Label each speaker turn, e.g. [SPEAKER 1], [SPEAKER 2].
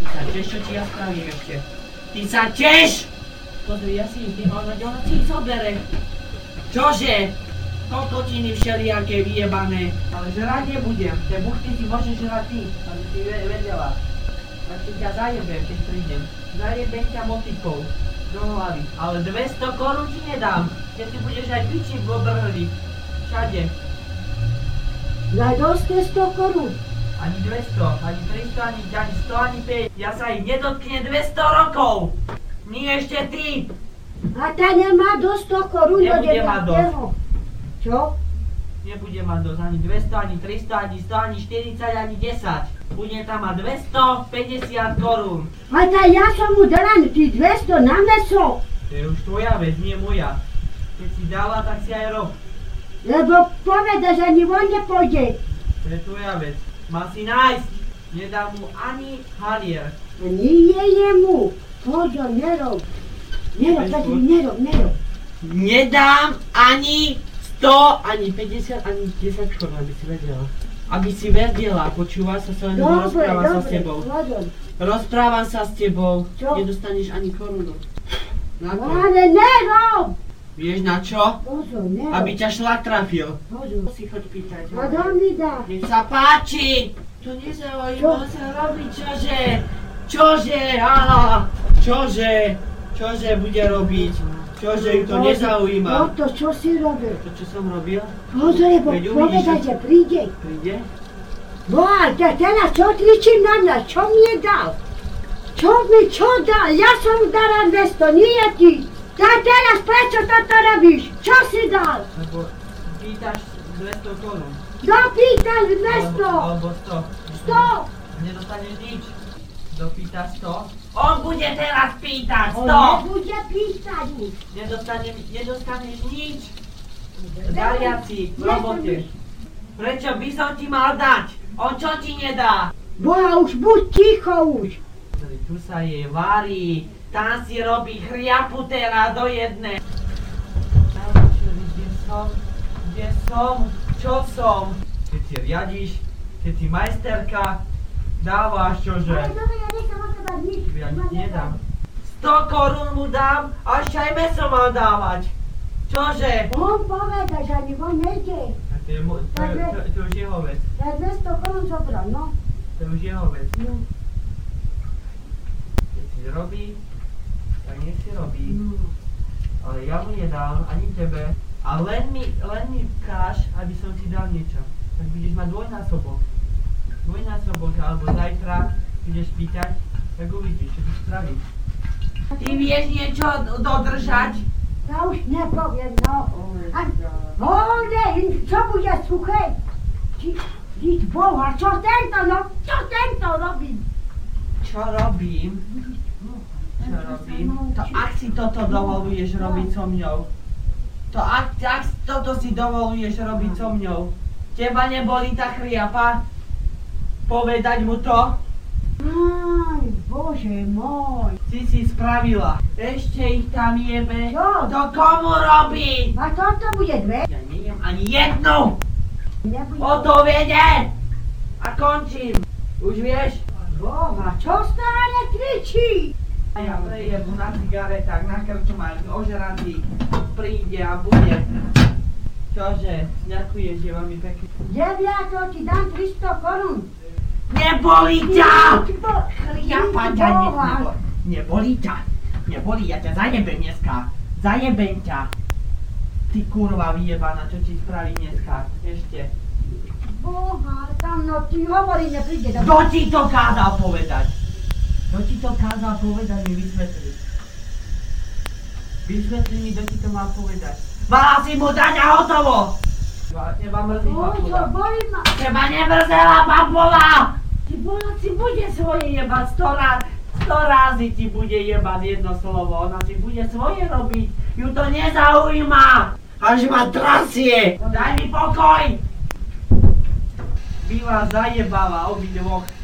[SPEAKER 1] Dobre, ešte ti ja spravím ešte. Ty sa tiež! Pozri, ja si idem, ona, ona ti zobere. Čože? Kokotiny všelijaké vyjebané. Ale žrať nebudem. Te buchty si môžeš žrať ty, aby si ve- vedela. Tak si ťa zajebem, keď prídem. Zajebem ťa motikou. Do hlavy. Ale 200 korún ti nedám. Keď si budeš aj piči v obrhli. Všade.
[SPEAKER 2] Za dosť 100 korún.
[SPEAKER 1] Ani 200, ani 300, ani, ani 100, ani 5. Ja sa ich nedotkne 200 rokov. Nie ešte ty.
[SPEAKER 2] A tá nemá dosť 100 korún do
[SPEAKER 1] Nebude mať dosť.
[SPEAKER 2] 9. Čo?
[SPEAKER 1] Nebude mať dosť ani 200, ani 300, ani 100, ani 40, ani 10. Bude tam mať 250 korún.
[SPEAKER 2] A tá ja som mu dala tých 200 na meso,
[SPEAKER 1] To je už tvoja vec, nie moja. Keď si dala, tak si aj rob.
[SPEAKER 2] lebo poveda, že ani on nepôjde.
[SPEAKER 1] To je tvoja vec. Má si nájsť. Nedá mu ani halier.
[SPEAKER 2] Ani je jemu. Pozor, nerob. Nerob,
[SPEAKER 1] Bez
[SPEAKER 2] Petri,
[SPEAKER 1] vod-
[SPEAKER 2] nerob, nerob.
[SPEAKER 1] Nedám ani 100, ani 50, ani 10 korún, aby si vedela. Aby si vedela, počúva sa sa len
[SPEAKER 2] Dobre,
[SPEAKER 1] rozprávam sa s
[SPEAKER 2] dobre,
[SPEAKER 1] tebou.
[SPEAKER 2] pozor.
[SPEAKER 1] Rozprávam sa s tebou.
[SPEAKER 2] Čo?
[SPEAKER 1] Nedostaneš ani korunu. Na to.
[SPEAKER 2] Ale nerob.
[SPEAKER 1] Vieš na čo?
[SPEAKER 2] Pozor, nerob.
[SPEAKER 1] Aby ťa šlak trafil.
[SPEAKER 2] Pozor.
[SPEAKER 1] Si choď pýtať.
[SPEAKER 2] A dám mi dá.
[SPEAKER 1] Nech sa páči! To nezaujíma sa robiť, čože? Čože, ala? Čože? Čože bude robiť? Čože ju to
[SPEAKER 2] Pozor. No
[SPEAKER 1] nezaujíma?
[SPEAKER 2] to čo si robil?
[SPEAKER 1] To čo som robil?
[SPEAKER 2] Pozor, lebo
[SPEAKER 1] Veď uvidíš,
[SPEAKER 2] poveda,
[SPEAKER 1] že-
[SPEAKER 2] že príde.
[SPEAKER 1] Príde?
[SPEAKER 2] Boha, te- teraz čo kričí na mňa? Čo mi je dal? Čo mi čo dal? Ja som dala 200, nie ty. Tak teraz prečo toto robíš? Čo si dal?
[SPEAKER 1] Lebo pýtaš 200 korún.
[SPEAKER 2] Dopýtal
[SPEAKER 1] Alebo,
[SPEAKER 2] 200.
[SPEAKER 1] alebo 100.
[SPEAKER 2] 100.
[SPEAKER 1] Nedostaneš nič. Dopýtaš 100. On bude teraz pýtať
[SPEAKER 2] On nebude pýtať nič.
[SPEAKER 1] Nedostanem, nedostaneš nič. Daliaci v robote. Prečo by som ti mal dať? On čo ti nedá?
[SPEAKER 2] Boha, už buď ticho už.
[SPEAKER 1] No, Tu sa jej varí, tam si robí chriapu teraz do jednej. Naučili, Kde som? Kde som? Čo som? Keď si riadiš, keď si majsterka, dávaš čože.
[SPEAKER 2] Ale dobre, ja nechám od teba nič.
[SPEAKER 1] Ja nič nedám. 100 korún mu dám, až aj meso mám dávať. Čože?
[SPEAKER 2] On poveda, že ani on nejde.
[SPEAKER 1] A to je, mo- to, je- to, to je už jeho vec.
[SPEAKER 2] Ja 200 korun zobral, no.
[SPEAKER 1] To je už jeho vec.
[SPEAKER 2] No.
[SPEAKER 1] Keď si robí, tak nech si robí. Ale ja mu nedám, ani tebe. A len mi, len mi káž, aby som ti dal niečo. Tak budeš mať dvojnásobok. Dvojnásobok, alebo zajtra budeš pýtať, tak uvidíš, čo to spraví. Ty vieš niečo dodržať?
[SPEAKER 2] Ja už nepoviem, no. A Hovne, čo bude suché? Ti- Diť Boha, čo tento, no, čo tento robí?
[SPEAKER 1] Čo robím? Čo robím? To ak si toto dovoluješ robiť so mňou. To ak, ak si toto si dovoluješ robiť so mňou. Teba neboli tá chriapa? Povedať mu to?
[SPEAKER 2] Aj, Bože môj.
[SPEAKER 1] Si si spravila. Ešte ich tam jebe.
[SPEAKER 2] Čo?
[SPEAKER 1] To komu robí?
[SPEAKER 2] A toto bude dve?
[SPEAKER 1] Ja nejem ani jednu.
[SPEAKER 2] Nebude.
[SPEAKER 1] O to vede. A končím. Už vieš?
[SPEAKER 2] Boha, čo stále kričí?
[SPEAKER 1] A ja prejebu na cigaretách, na krčmách, ožratý. Príde a bude. Čože, ďakuješ, je veľmi pekný.
[SPEAKER 2] Deviato ti dám 300 korún.
[SPEAKER 1] Neboli ťa! Ja
[SPEAKER 2] Chliapa
[SPEAKER 1] paťa neboli. Neboli ťa. Neboli, ja ťa zajebem dneska. Zajebem ťa. Ty kurva vyjebaná, čo ti spraví dneska. Ešte.
[SPEAKER 2] Boha, tam no ti hovorí, nepríde do...
[SPEAKER 1] Kto ti to kázal povedať? Kto ti to kázal povedať, mi vysvetli. Vysvetli mi, kto ti to má povedať. Mala si mu dať a hotovo! Teba- Teba mrzí
[SPEAKER 2] Bože,
[SPEAKER 1] papula.
[SPEAKER 2] boli ma...
[SPEAKER 1] Teba nemrzela papula! Ty bola si bude svoje jebať sto raz. Sto razy ti bude jebať jedno slovo. Ona si bude svoje robiť. Ju to nezaujíma. Až ma trasie. Daj mi pokoj! Býva zajebala obi dvoch.